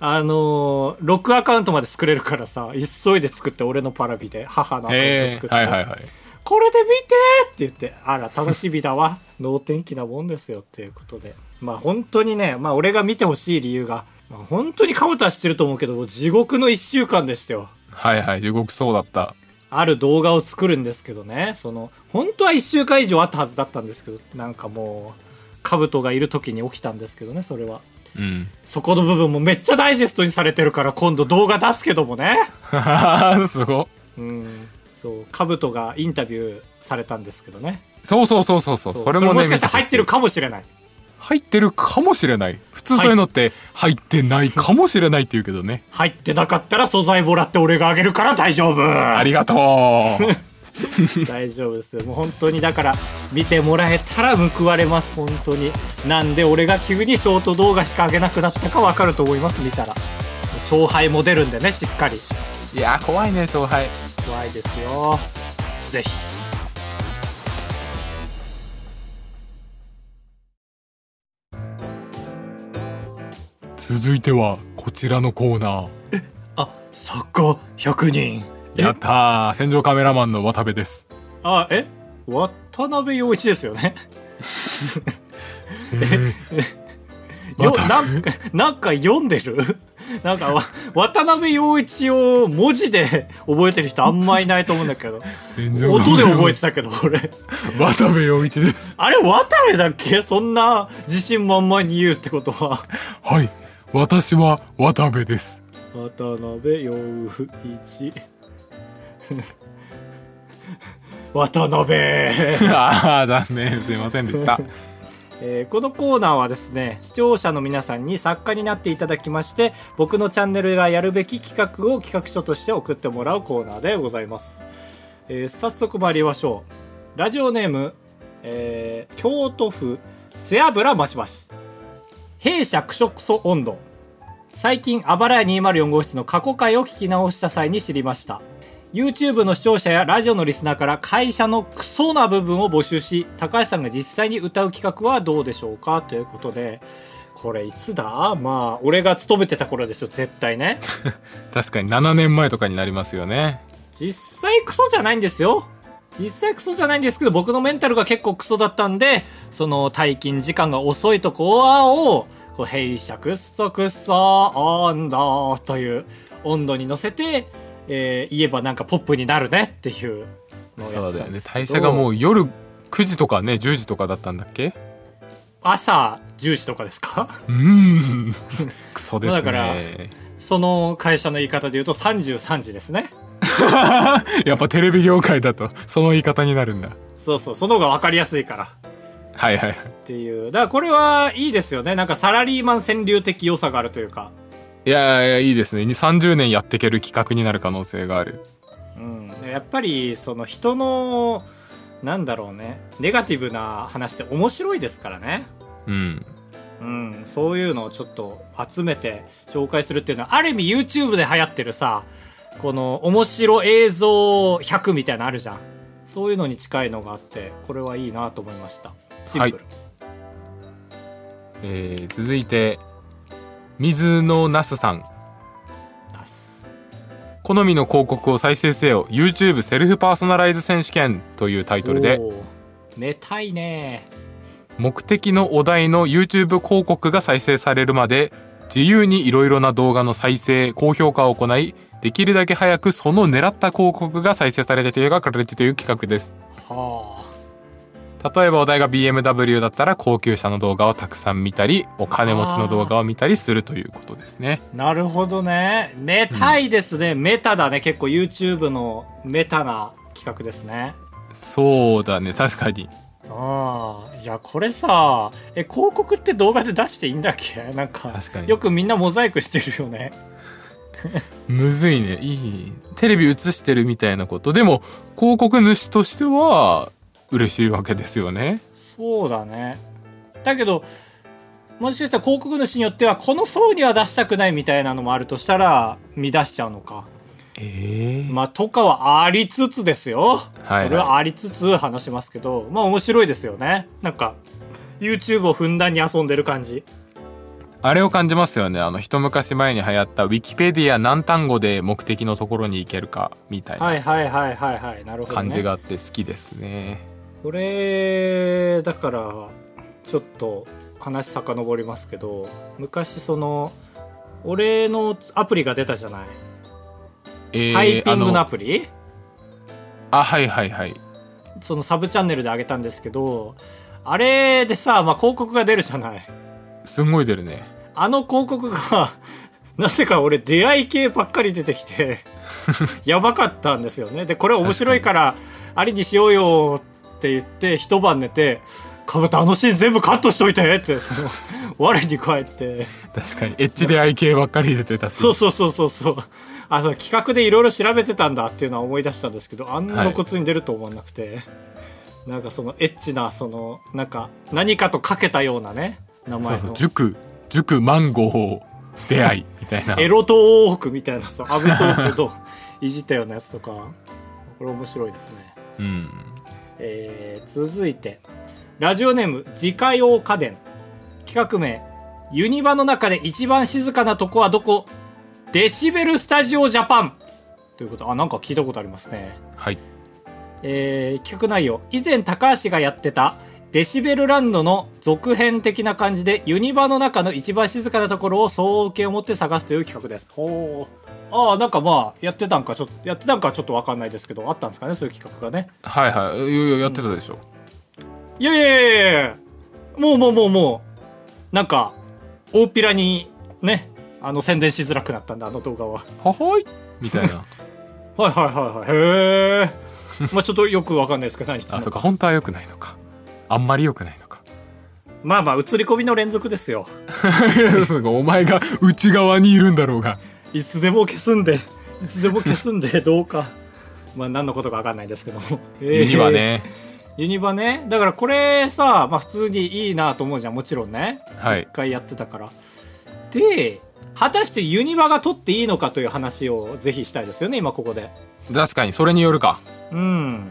B: あのーロックアカウントまで作れるからさ、急いで作って、俺のパラビで、母のアカウント
A: へ
B: 作
A: え。
B: って。
A: はいはいはい。
B: これで見てって言って、あら、楽しみだわ。 能天気なもんですよっていうことで。まあ本当にね、まあ俺が見てほしい理由が、まあ、本当にカウターしてると思うけど、地獄の一週間でしたよ。
A: はいはい。地獄そうだった。
B: ある動画を作るんですけどね、その、本当は1週間以上あったはずだったんですけど、なんかもう、兜がいる時に起きたんですけどね、それは。
A: うん。
B: そこの部分もめっちゃダイジェストにされてるから、今度動画出すけどもね。
A: すご。
B: うん。そう、兜がインタビューされたんですけどね。
A: そうそうそうそうそう。
B: そう
A: それもね。
B: もしかして入ってるかもしれない。
A: 入ってるかもしれない。普通そういうのって入ってないかもしれないって言うけどね。
B: 入ってなかったら素材もらって俺があげるから大丈夫
A: ありが とう。
B: 大丈夫ですよもう本当にだから見てもらえたら報われます本当になんで俺が急にショート動画しか上げなくなったか分かると思います見たら勝敗も出るんでねしっかり
A: いやー怖いね勝敗。
B: 怖いですよぜひ
A: 続いてはこちらのコーナー。
B: あサッカー100人
A: やったー戦場カメラマンの渡部です。
B: あえ渡辺陽一ですよね よなんかなんか読んでるなんかわ渡辺陽一を文字で覚えてる人あんまいないと思うんだけど
A: 戦場
B: 音で覚え
A: て
B: てたけど俺
A: 渡部陽一です。
B: あれ渡辺だっけそんな自信満々に言うってことは
A: はい。私は渡部 です。
B: 渡辺陽一 渡辺
A: ああ、残念。すいませんでした。
B: えーこのコーナーはですね視聴者の皆さんに作家になっていただきまして僕のチャンネルがやるべき企画を企画書として送ってもらうコーナーでございます、えー早速参りましょうラジオネーム、えー京都府背脂マシマシ弊社クショクソ温度最近あばらや204号室の過去回を聞き直した際に知りました YouTube の視聴者やラジオのリスナーから会社のクソな部分を募集し高橋さんが実際に歌う企画はどうでしょうかということでこれいつだまあ俺が勤めてた頃ですよ絶対ね
A: 確かに7年前とかになりますよね。
B: 実際クソじゃないんですよ実際クソじゃないんですけど僕のメンタルが結構クソだったんでその退勤時間が遅いとこをこう弊社クッソクッソ温度という温度に乗せて、えー言えばなんかポップになるねっていうのをや
A: そ
B: っ
A: う
B: て
A: だよ
B: たん
A: ね
B: ですけど
A: 代謝がもう夜9時とかね10時とかだったんだっけ
B: 朝10時とかですか
A: うーんクソですね
B: だからその会社の言い方で言うと33時ですね
A: やっぱテレビ業界だとその言い方になるんだ
B: そうそうその方が分かりやすいから
A: はいはいはい
B: っていうだからこれはいいですよねなんかサラリーマン川柳的良さがあるというか
A: いやいやいいですね30年やっていける企画になる可能性がある
B: うん、やっぱりその人のなんだろうねネガティブな話って面白いですからね、
A: うん
B: うん、そういうのをちょっと集めて紹介するっていうのはある意味 YouTube で流行ってるさこの面白映像100みたいなのあるじゃんそういうのに近いのがあってこれはいいなと思いましたシンプル、
A: えー続いて水野那須さん
B: ナス
A: 好みの広告を再生せよ YouTube セルフパーソナライズ選手権というタイトルで
B: おー寝たいね
A: 目的のお題の YouTube 広告が再生されるまで自由にいろいろな動画の再生高評価を行いできるだけ早くその狙った広告が再生されているが書かれてという企画です
B: はあ
A: 例えばお題が BMW だったら高級車の動画をたくさん見たりお金持ちの動画を見たりするということですね
B: なるほどね。メタいですね。メタだね。結構 YouTube のメタな企画ですね。
A: そうだね確かに
B: ああ。いや、これさ、え、広告って動画で出していいんだっけなんか、
A: 確かに
B: よくみんなモザイクしてるよね。
A: むずいねいいテレビ映してるみたいなことでも広告主としては嬉しいわけですよね
B: そうだね。だけど、もしかしたら広告主によっては、この層には出したくないみたいなのもあるとしたら、見出しちゃうのか。
A: ええ
B: まあ、とかはありつつですよ。
A: はいはい
B: それはありつつ話しますけど、まあ面白いですよね。なんか、YouTube をふんだんに遊んでる感じ。
A: あれを感じますよねあの一昔前に流行ったウィキペディア何単語で目的のところに行けるかみたい
B: は
A: ない
B: はいはいはいはい。なるほど、ね。
A: 感じがあって好きですね
B: これ、だから、ちょっと話遡りますけど、昔その、俺のアプリが出たじゃない。
A: えー
B: タイピングのア
A: あの
B: プリ
A: あはいはいはい
B: そのサブチャンネルで上げたんですけど、あれでさ、まあ、広告が出るじゃない。
A: すんごい出るね
B: あの広告が、 なぜか俺出会い系ばっかり出てき て、やばかったんですよね。で、これ面白いから、ありにしようよって言って、一晩寝て、かぶたあのシーン全部カットしといてって、その、我に返って。
A: 確 かにエッチ出会い系ばっかり出てたし
B: そうそうそうそうそう。あの企画でいろいろ調べてたんだっていうのは思い出したんですけどあんな露骨に出ると思わなくて、なんかそのエッチなそのなんか何かとかけたようなね名
A: そう
B: 前
A: そう
B: の
A: 塾塾マンゴー出会いみたいな
B: エロトークみたいなそうアブトークといじったようなやつとかこれ面白いですね、
A: うん
B: えー続いてラジオネーム自家用家電企画名ユニバの中で一番静かなとこはどこデシベルスタジオジャパンということあなんか聞いたことありますね
A: はい
B: えー企画内容以前高橋がやってたデシベルランドの続編的な感じでユニバの中の一番静かなところを総計を持って探すという企画ですほうああなんかまあやってたんかちょっとやってたんかちょっと分かんないですけどあったんですかねそういう企画がね
A: はいはいいやいややってたでしょ、
B: いやいやいやいやもうもうもうもうなんか大っぴらにねあの宣伝しづらくなったんだあの動画は
A: ははいみたい な
B: はいはいはいはいへえ まあちょっとよくわかんないですけど何してん
A: あ
B: の
A: そうか本当は良くないのかあんまり良くないのか
B: まあまあ映り込みの連続ですよ
A: そうかお前が内側にいるんだろうが
B: いつでも消すんで、いつでも消すんで、どうか。 まあ、何のことかわかんないですけども。
A: ユニバ。ね
B: ユニバね。だからこれさ、まあ普通にいいなと思うじゃん、もちろんね。
A: はい
B: 一回やってたから。で、果たしてユニバが取っていいのかという話をぜひしたいですよね、今ここで。
A: 確かにそれによるか
B: うん。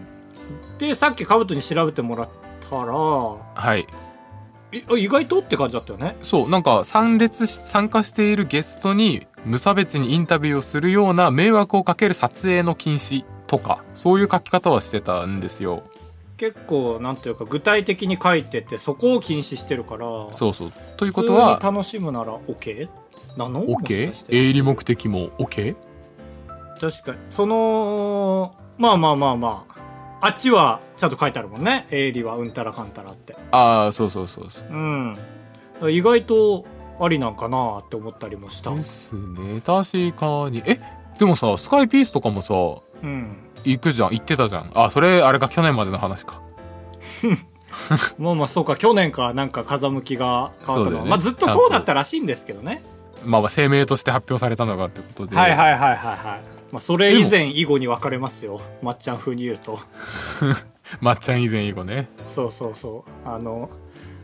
B: で、さっきカブトに調べてもらったら、
A: はい
B: えあ意外とって感じだったよね。
A: そうなんか参列し参加しているゲストに無差別にインタビューをするような迷惑をかける撮影の禁止とかそういう書き方はしてたんですよ
B: 結構、なんというか、具体的に書いてて、そこを禁止してるから。
A: そうそうということは
B: 普通に楽しむなら OK? なの
A: OK?
B: もしかして
A: 営利目的も OK?
B: 確かにそのまあまあまあまああっちはちゃんと書いてあるもんね営利はうんたらかんたらって
A: ああそうそうそうそう
B: うん意外とありなんかなって思ったりもした
A: ですね確かにえでもさスカイピースとかもさ
B: うん
A: 行くじゃん行ってたじゃんあそれあれか去年までの話か
B: まあまあそうか去年かなんか風向きが変わった
A: そうだ
B: のは、
A: よね
B: まあずっとそうだったらしいんですけどね
A: まあまあ声明として発表されたのがってことで
B: はいはいはいはいはい、まあ、それ以前以後に分かれますよまっちゃん風に言うと
A: まっちゃん以前以後ね
B: そうそうそうあの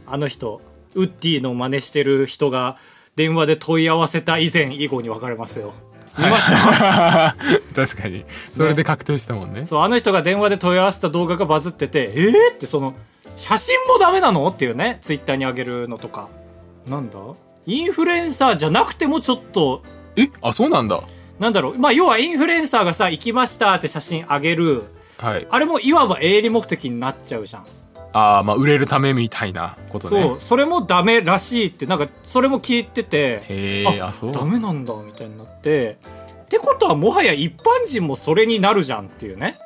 B: あの人ウッディの真似してる人が電話で問い合わせた以前以後に分かれますよ見ました、
A: 確かにそれで確定したもんね
B: そうあの人が電話で問い合わせた動画がバズっててえー、ってその写真もダメなのっていうねツイッターに上げるのとかなんだインフルエンサーじゃなくてもちょっと
A: えあそうなんだ
B: なんだろうまあ要はインフルエンサーがさ行きましたって写真上げる
A: はい
B: あれもいわば営利目的になっちゃうじゃん
A: ああまあ売れるためみたいなことね
B: そうそれもダメらしいってなんかそれも聞いてて
A: へえあそう
B: ダメなんだみたいになってってことはもはや一般人もそれになるじゃんっていうね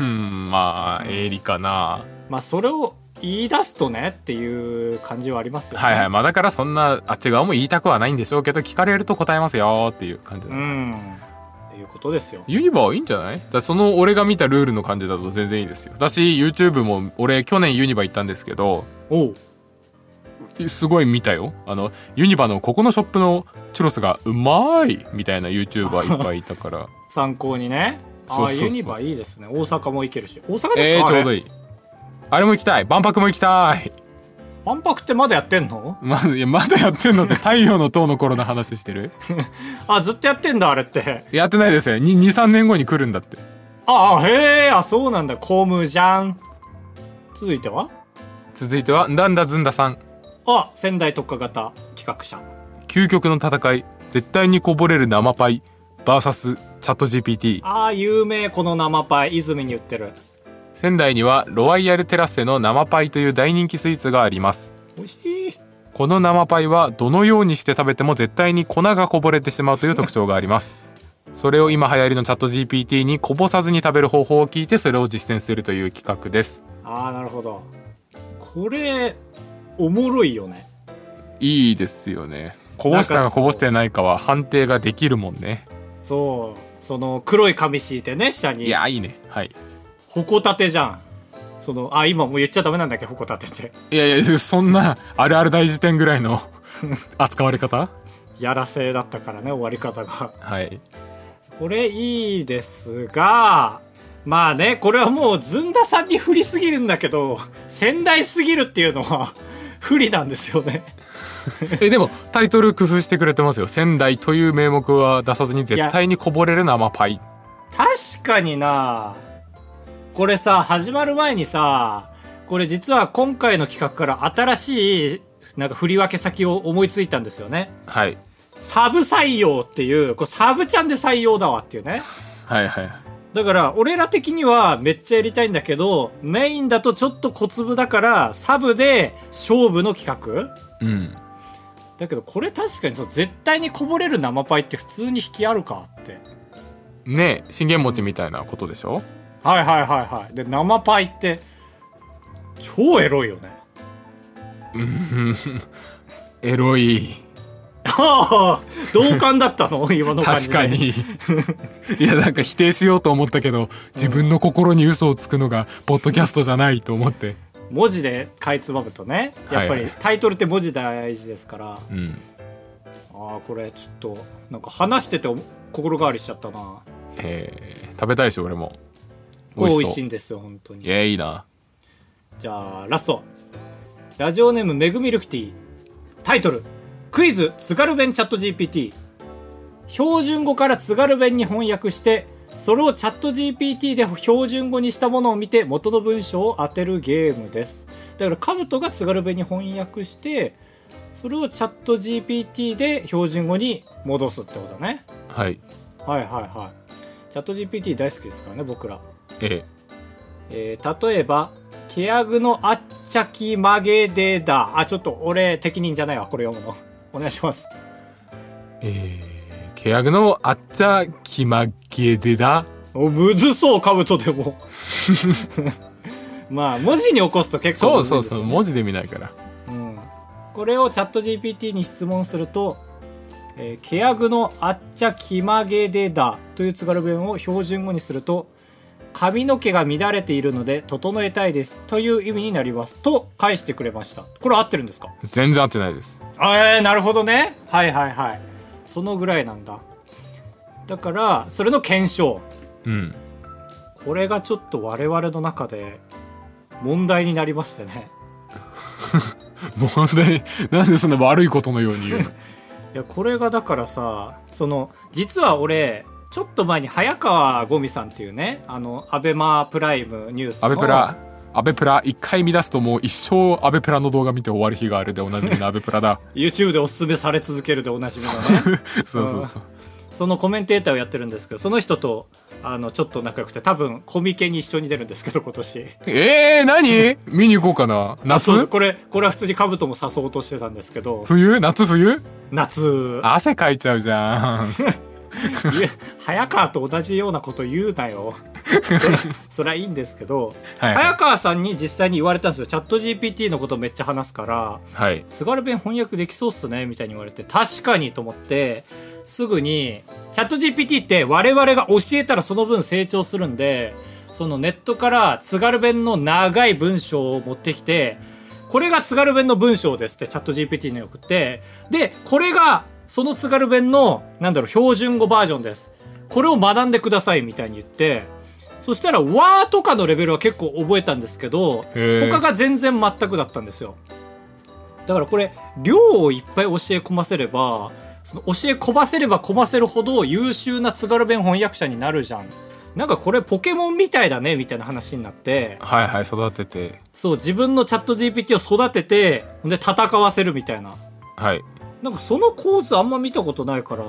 A: うんまあ営利かな
B: まあそれを言い出すとねっていう感じはありますよね
A: はいはいまあだからそんなあっち側も言いたくはないんでしょうけど聞かれると答えますよっていう感じだ、
B: うんっていうことですよ
A: ユニバはいいんじゃないだからその俺が見たルールの感じだと全然いいですよだし YouTube も俺去年ユニバ行ったんですけど
B: おう
A: すごい見たよあのユニバのここのショップのチュロスがうまいみたいな YouTuber いっぱいいたから
B: 参考にね
A: そう
B: あ
A: そ
B: あ
A: うそう
B: ユニバいいですね大阪も行けるし大阪
A: え
B: で
A: ー、
B: すか、
A: ちょうど
B: いい
A: いいあれも行きたい万博も行きたい
B: 万博ってまだやってんの
A: まだいやまだやってんのって太陽の塔の頃の話してる
B: あずっとやってんだあれって
A: やってないですよ23年後に来るんだって
B: ああへえあそうなんだ公務じゃん続いては
A: 続いてはダンダズンダさん
B: あ仙台特化型企画者
A: 究極の戦い絶対にこぼれる生パイ VS チャット GPT
B: ああ有名この生パイ泉に売ってる
A: 仙台にはロワイヤルテラッセの生パイという大人気スイーツがあります
B: 美味しい
A: こ の生パイはどのようにして食べても絶対に粉がこぼれてしまうという特徴がありますそれを今流行りのチャット GPT にこぼさずに食べる方法を聞いてそれを実践するという企画です
B: ああなるほどこれおもろいよね
A: いいですよねこぼした
B: なん
A: か
B: か
A: こぼしてないかは判定ができるもんね
B: そうその黒い紙敷いてね下
A: い
B: に
A: やいいねはい
B: ホコタテじゃんそのあ今もう言っちゃダメなんだっけホコタテって
A: いやいやそんなあるある大辞典ぐらい の扱われ方
B: やらせだったからね終わり方が
A: はい
B: これいいですがまあねこれはもうずんださんに不利すぎるんだけど仙台すぎるっていうのは不利なんですよね
A: えでもタイトル工夫してくれてますよ仙台という名目は出さずに絶対にこぼれるのはまあパイ
B: 確かになこれさ始まる前にさこれ実は今回の企画から新しいなんか振り分け先を思いついたんですよね
A: はい
B: サブ採用っていうこれサブちゃんで採用だわっていうね
A: はいはい
B: だから俺ら的にはめっちゃやりたいんだけどメインだとちょっと小粒だからサブで勝負の企画
A: うん
B: だけどこれ確かにそう絶対にこぼれる生パイって普通に引きあるかって
A: ねえ信玄餅みたいなことでしょ
B: はいはいはいはいで生パイって超エロいよね
A: うんエロい
B: ああ同感だった の今の感じ
A: 確
B: で
A: かにいやなんか否定しようと思ったけど自分の心に嘘をつくのがポッドキャストじゃないと思って
B: 文字でかいつまむとね
A: は
B: やっぱ
A: いは
B: り
A: い
B: タイトルって文字大事ですから、
A: うん
B: ああこれちょっとなんか話しててお心変わりしちゃったな
A: えー食べたいし俺も
B: これ美味し
A: そ
B: いう
A: い
B: んですよ本当に
A: やいいな
B: じゃあラストラジオネームめぐみルクティータイトルクイズ津軽弁チャット GPT 標準語から津軽弁に翻訳してそれをチャット GPT で標準語にしたものを見て元の文章を当てるゲームですだからカブトが津軽弁に翻訳してそれをチャット GPT で標準語に戻すってことだね
A: はい
B: はいはいはいチャット GPT 大好きですからね僕ら
A: え
B: えー例えば、ケヤグのあっちゃきまげでだ。あ、ちょっと俺、適任じゃないわ、これ読むの。 お願いします。
A: ー、えー、契約のあっちゃ気まげで だ
B: お、むずそう、かぶとでも。 まあ、文字に起こすと結構
A: そ
B: む
A: う
B: ず
A: そう
B: いです
A: そ
B: よ
A: う
B: ね
A: 文字で見ないから
B: うん、これをチャット GPT に質問すると「えーケヤグのあっちゃきまげでだ」という津軽弁を標準語にすると「髪の毛が乱れているので整えたいです」という意味になりますと返してくれましたこれ合ってるんですか
A: 全然合ってないです
B: えー、なるほどねはいはいはいそのぐらいなんだだからそれの検証
A: うん
B: これがちょっと我々の中で問題になりましてね
A: もう本当になんでそんな悪いことのように言うの
B: いやこれがだからさその実は俺ちょっと前に早川五味さんっていうねあのアベマプライムニュースの
A: アベプラアベプラ一回見出すともう一生アベプラの動画見て終わる日があるでおなじみのアベプラ だ
B: YouTube でおすすめされ続けるでおなじみの ね
A: そうそうそう
B: そのコメンテーターをやってるんですけどその人とあのちょっと仲良くて多分コミケに一緒に出るんですけど今年
A: えー、 何見に行こうかな
B: そう
A: 夏
B: これこれは普通にカブトも誘おうとしてたんですけど
A: 冬夏冬
B: 夏
A: 汗かいちゃうじ ゃん
B: いや早川と同じようなこと言うな よそりゃそりゃいいんですけど
A: はい
B: 早川さんに実際に言われたんですよチャット GPT のことめっちゃ話すから
A: はい
B: 津軽弁翻訳できそうっすねみたいに言われて確かにと思ってすぐにチャット GPT って我々が教えたらその分成長するんでそのネットから津軽弁の長い文章を持ってきてこれが津軽弁の文章ですってチャット GPT に送ってでこれがその津軽弁のなんだろう標準語バージョンですこれを学んでくださいみたいに言ってそしたら「わ」とかのレベルは結構覚えたんですけど
A: へー
B: 他が全然全くだったんですよだからこれ量をいっぱい教え込ませればその教え込ませれば込ませるほど優秀な津軽弁翻訳者になるじゃんなんかこれポケモンみたいだねみたいな話になって
A: はいはい育てて
B: そう自分のチャット GPT を育ててで戦わせるみたいな
A: はい
B: なんかその構図あんま見たことないから。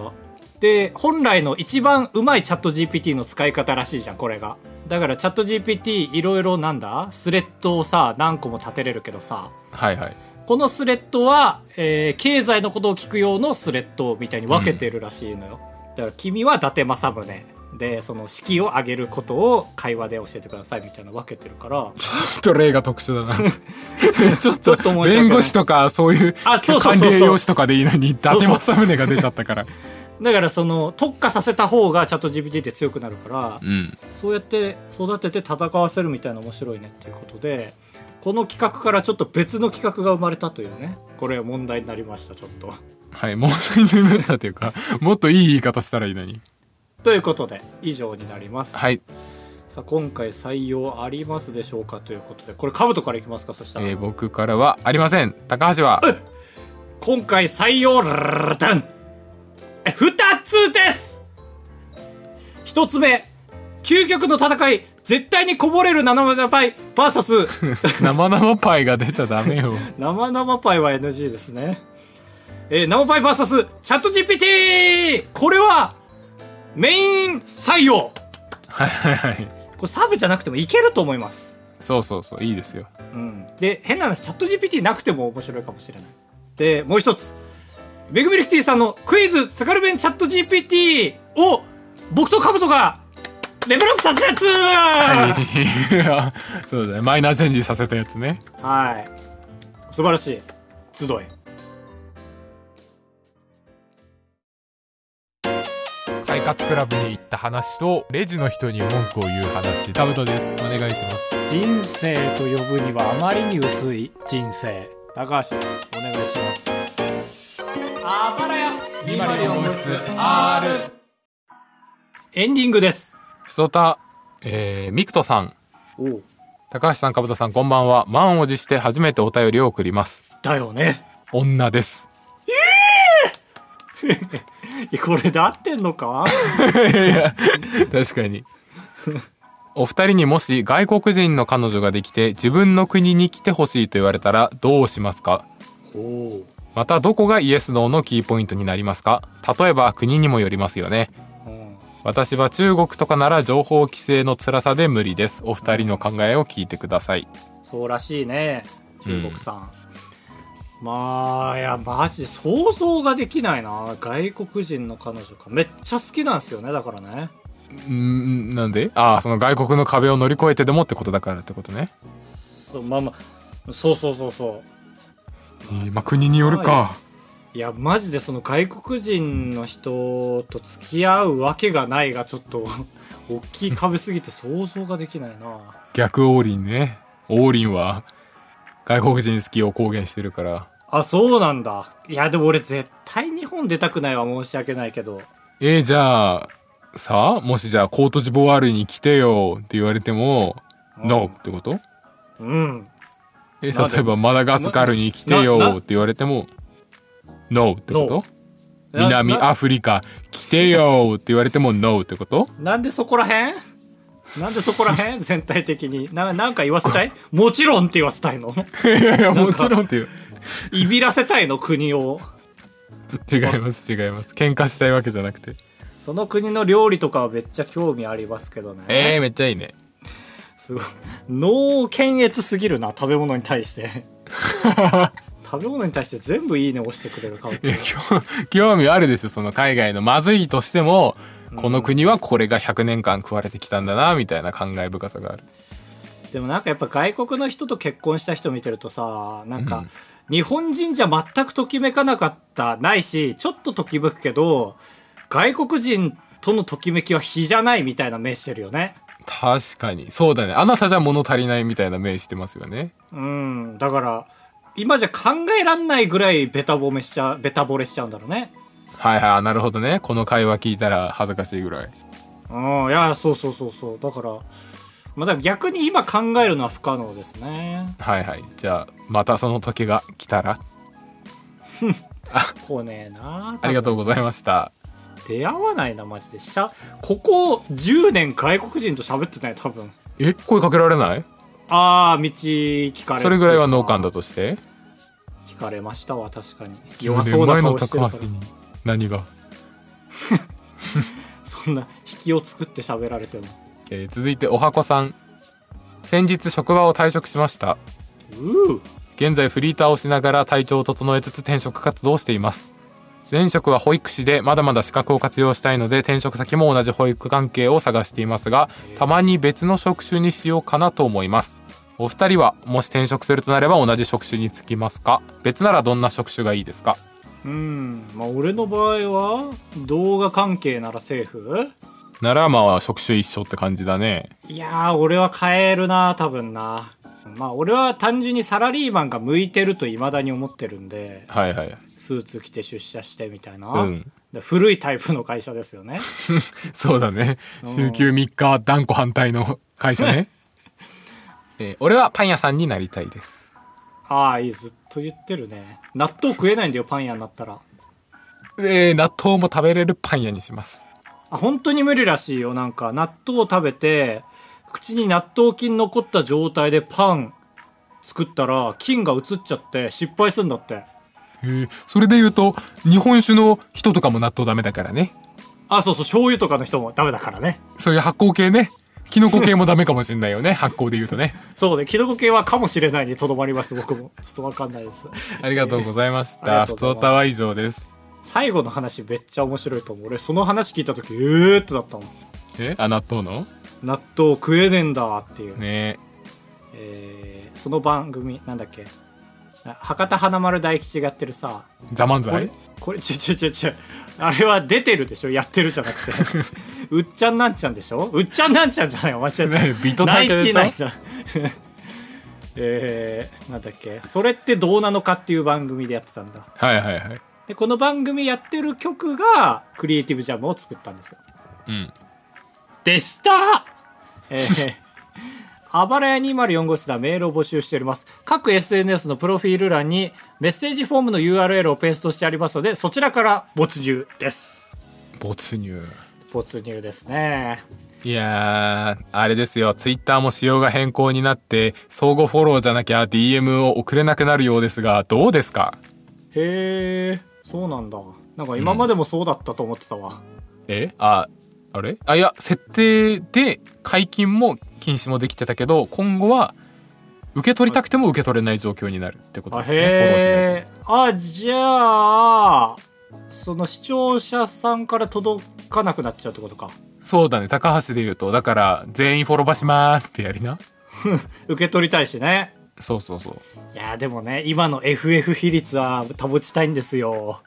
B: で、本来の一番うまいチャット GPT の使い方らしいじゃん、これが。だからチャット GPT いろいろなんだスレッドをさ、何個も立てれるけどさ。
A: はい はい
B: このスレッドは、えー経済のことを聞く用のスレッドみたいに分けてるらしいのよ。だから君は伊達政宗でその式を挙げることを会話で教えてくださいみたいなの分けてるから
A: ちょっと例が特殊 だな
B: ちょっと面白
A: 弁護士とかそういう
B: あそうそう
A: 管
B: そうそう
A: 理栄養士とかでいいのに伊
B: そう
A: 達政宗が出ちゃったから
B: だからその特化させた方がチャット GPT って強くなるから、
A: うん
B: そうやって育てて戦わせるみたいな面白いねっていうことでこの企画からちょっと別の企画が生まれたというねこれ問題になりましたちょっと
A: はい問題になりましたというかもっといい言い方したらいいのに
B: ということで以上になります、
A: はい、
B: さあ今回採用ありますでしょうかということでこれカブトからいきますかそしたら、
A: えー僕からはありません高橋は
B: 今回採用だんえ二つです一つ目究極の戦い絶対にこぼれる生々パイ VS
A: 生々パイが出ちゃダメよ
B: 生々パイは NG ですねえー生パイ VS チャット GPT これはメイン採用
A: はいはいはい
B: これサブじゃなくてもいけると思います
A: そうそうそういいですよ
B: うん、で変な話チャット GPT なくても面白いかもしれないでもう一つめぐみりきティさんのクイズ津軽弁チャット GPT を僕とカブトがレベルアップさせたやつはい、
A: はい、そうだねマイナーチェンジさせたやつね
B: 素晴らしい集え
A: 快活クラブに行った話とレジの人に文句を言う話タブトですお願いします
B: 人生と呼ぶにはあまりに薄い人生高橋ですお願いしますあばらやエンディングです
A: ひそたえー、ミクトさん
B: おう
A: 高橋さんかぶとさんこんばんは満を持して初めてお便りを送ります
B: だよね
A: 女です
B: これで合ってんのか
A: いやいや確かにお二人にもし外国人の彼女ができて自分の国に来てほしいと言われたらどうしますか
B: おお
A: またどこがイエスノーのキーポイントになりますか例えば国にもよりますよね
B: うん
A: 私は中国とかなら情報規制の辛さで無理ですお二人の考えを聞いてください
B: そうらしいね中国産、まあいやマジ想像ができないな外国人の彼女かめっちゃ好きなんですよねだからね
A: んなんでああその外国の壁を乗り越えてでもってことだからってことね、
B: そうまあまあそうそうそうそう
A: えーまあ国によるか
B: いやマジでその外国人の人と付き合うわけがないがちょっと 大きい壁すぎて想像ができないな
A: 逆王林ね王林は外国人好きを公言してるから
B: あそうなんだいやでも俺絶対日本出たくないは申し訳ないけど
A: えー、じゃあさあもしじゃあコートジボワールに来てよって言われても
B: うん
A: ノーってこと
B: うん
A: え
B: なんで
A: 例えばマダガスカルに来て
B: なな
A: よって言われてもノーってこと南
B: な
A: アフリカ来てよって言われてもノーってこと
B: なんでそこら辺なんでそこ ら辺全体的に。な、なんか言わせたいもちろんって言わせたい の
A: いやいや
B: んか
A: もちろんっていう
B: いびらせたいの国を。
A: 違います違います喧嘩したいわけじゃなくて
B: その国の料理とかはめっちゃ興味ありますけどね。
A: えー、めっちゃいいね
B: すごい。脳検閲すぎるな、食べ物に対して。 食べ物に対して全部いいね押してくれるかも。
A: いや興興味あるですよその海外のまずいとしてもこの国はこれが100年間食われてきたんだなみたいな感慨深さがある
B: でもなんかやっぱ外国の人と結婚した人見てるとさ、な
A: う
B: んか
A: ん、
B: 日本人じゃ全くときめかなかった、ないし、ちょっとときめくけど、外国人とのときめきは比じゃないみたいな目してるよね。
A: 確かにそうだねあなたじゃ物足りないみたいな目してますよね
B: うん、だから、今じゃ考えらんないぐらいベタ褒めしちゃ、ベタ惚れしちゃうんだろうね。
A: はいはいなるほどねこの会話聞いたら恥ずかしいぐらい
B: うん、いや、そうそうそうそう。だから、まあ、だから逆に今考えるのは不可能ですね。
A: はいはいじゃあまたその時が来たら
B: 来ねえな
A: ありがとうございました
B: 出会わないなマジでしゃここ10年外国人と喋ってない多分
A: え声かけられない
B: ああ道聞かれ
A: それぐらいは脳幹だとして
B: 聞かれましたわ確かに
A: 弱
B: 弱そ
A: そうう
B: な
A: な
B: 顔
A: 顔
B: し
A: してて
B: る
A: る
B: か
A: からら前の高橋に何が、
B: そんな引きを作って喋られても
A: えー続いておはこさん先日職場を退職しました
B: うう
A: 現在フリーターをしながら体調を整えつつ転職活動をしています前職は保育士でまだまだ資格を活用したいので転職先も同じ保育関係を探していますがたまに別の職種にしようかなと思いますお二人はもし転職するとなれば同じ職種に就きますか別ならどんな職種がいいですか
B: うんまあ俺の場合は動画関係ならセーフ
A: ならまあ職種一緒って感じだね
B: いやー俺は変えるな多分なまあ俺は単純にサラリーマンが向いてると未だに思ってるんで
A: はいはい
B: スーツ着て出社してみたいな、
A: うん
B: で古いタイプの会社ですよね
A: そうだね週休3日断固反対の会社ね、えー俺はパン屋さんになりたいです
B: ああいいずっと言ってるね納豆食えないんだよパン屋になったら
A: えー納豆も食べれるパン屋にします
B: あ本当に無理らしいよなんか納豆を食べて口に納豆菌残った状態でパン作ったら菌が移っちゃって失敗するんだって
A: へーそれで言うと日本酒の人とかも納豆ダメだからね
B: あそうそう醤油とかの人もダメだからね
A: そういう発酵系ねキノコ系もダメかもしれないよね 発酵で言うとね
B: そうねキノコ系はかもしれないにとどまります僕も ちょっとわかんないです
A: ありがとうございまし
B: ありが
A: た
B: と
A: ふつ
B: うございます
A: おたは以上です
B: 最後の話めっちゃ面白いと思う俺その話聞いた時えーってなったもん
A: えあ納豆の
B: 納豆食えねえんだっていう、
A: ね
B: えーその番組なんだっけあ博多華丸大吉がやってるさ
A: ザ漫
B: これ
A: 才
B: これちょちょちょちょあれは出てるでしょやってるじゃ なくてうっちゃんなんちゃんでしょうっちゃんなんちゃんじゃないよ間違え
A: ね
B: た
A: ビートたけでしょ
B: ナインティナインだ えー、なんだっけそれってどうなのかっていう番組でやってたんだ
A: はいはいはい
B: でこの番組やってる曲がクリエイティブジャムを作ったんですよ
A: うん
B: でしたえ ーあばらや204号室ではメールを募集しております。各 SNS のプロフィール欄にメッセージフォームの URL をペーストしてありますので、そちらから没入です。
A: 没入
B: 没入ですね。
A: いやー、あれですよ。ツイッターも仕様が変更になって、相互フォローじゃなきゃ DM を送れなくなるようですが、どうですか
B: へえ、そうなんだ。なんか今までもそうだったと思ってたわ。
A: えあ、あれあ、いや、設定で解禁も禁止もできてたけど、今後は、受け取りたくても受け取れない状況になるってこと
B: あ、
A: で
B: へ
A: すね。フォローしない
B: え。あ、じゃあ、その視聴者さんから届かなくなっちゃうってことか。
A: と。そうだね。高橋で言うと、だから、全員フォローバしますってやりな。
B: 受け取りたいしね。
A: そうそうそう。
B: いやーでもね今の FF 比率は保ちたいんですよ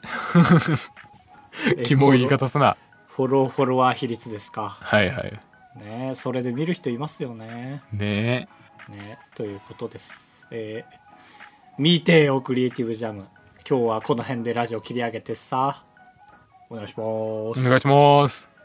A: キモい言い方すな。
B: フォローフォロワー比率ですか
A: はいはい。
B: ねそれで見る人いますよね
A: ね
B: ねということですえー、見てよクリエイティブジャム今日はこの辺でラジオ切り上げてさお願いしま
A: え。お
B: す
A: 願いします。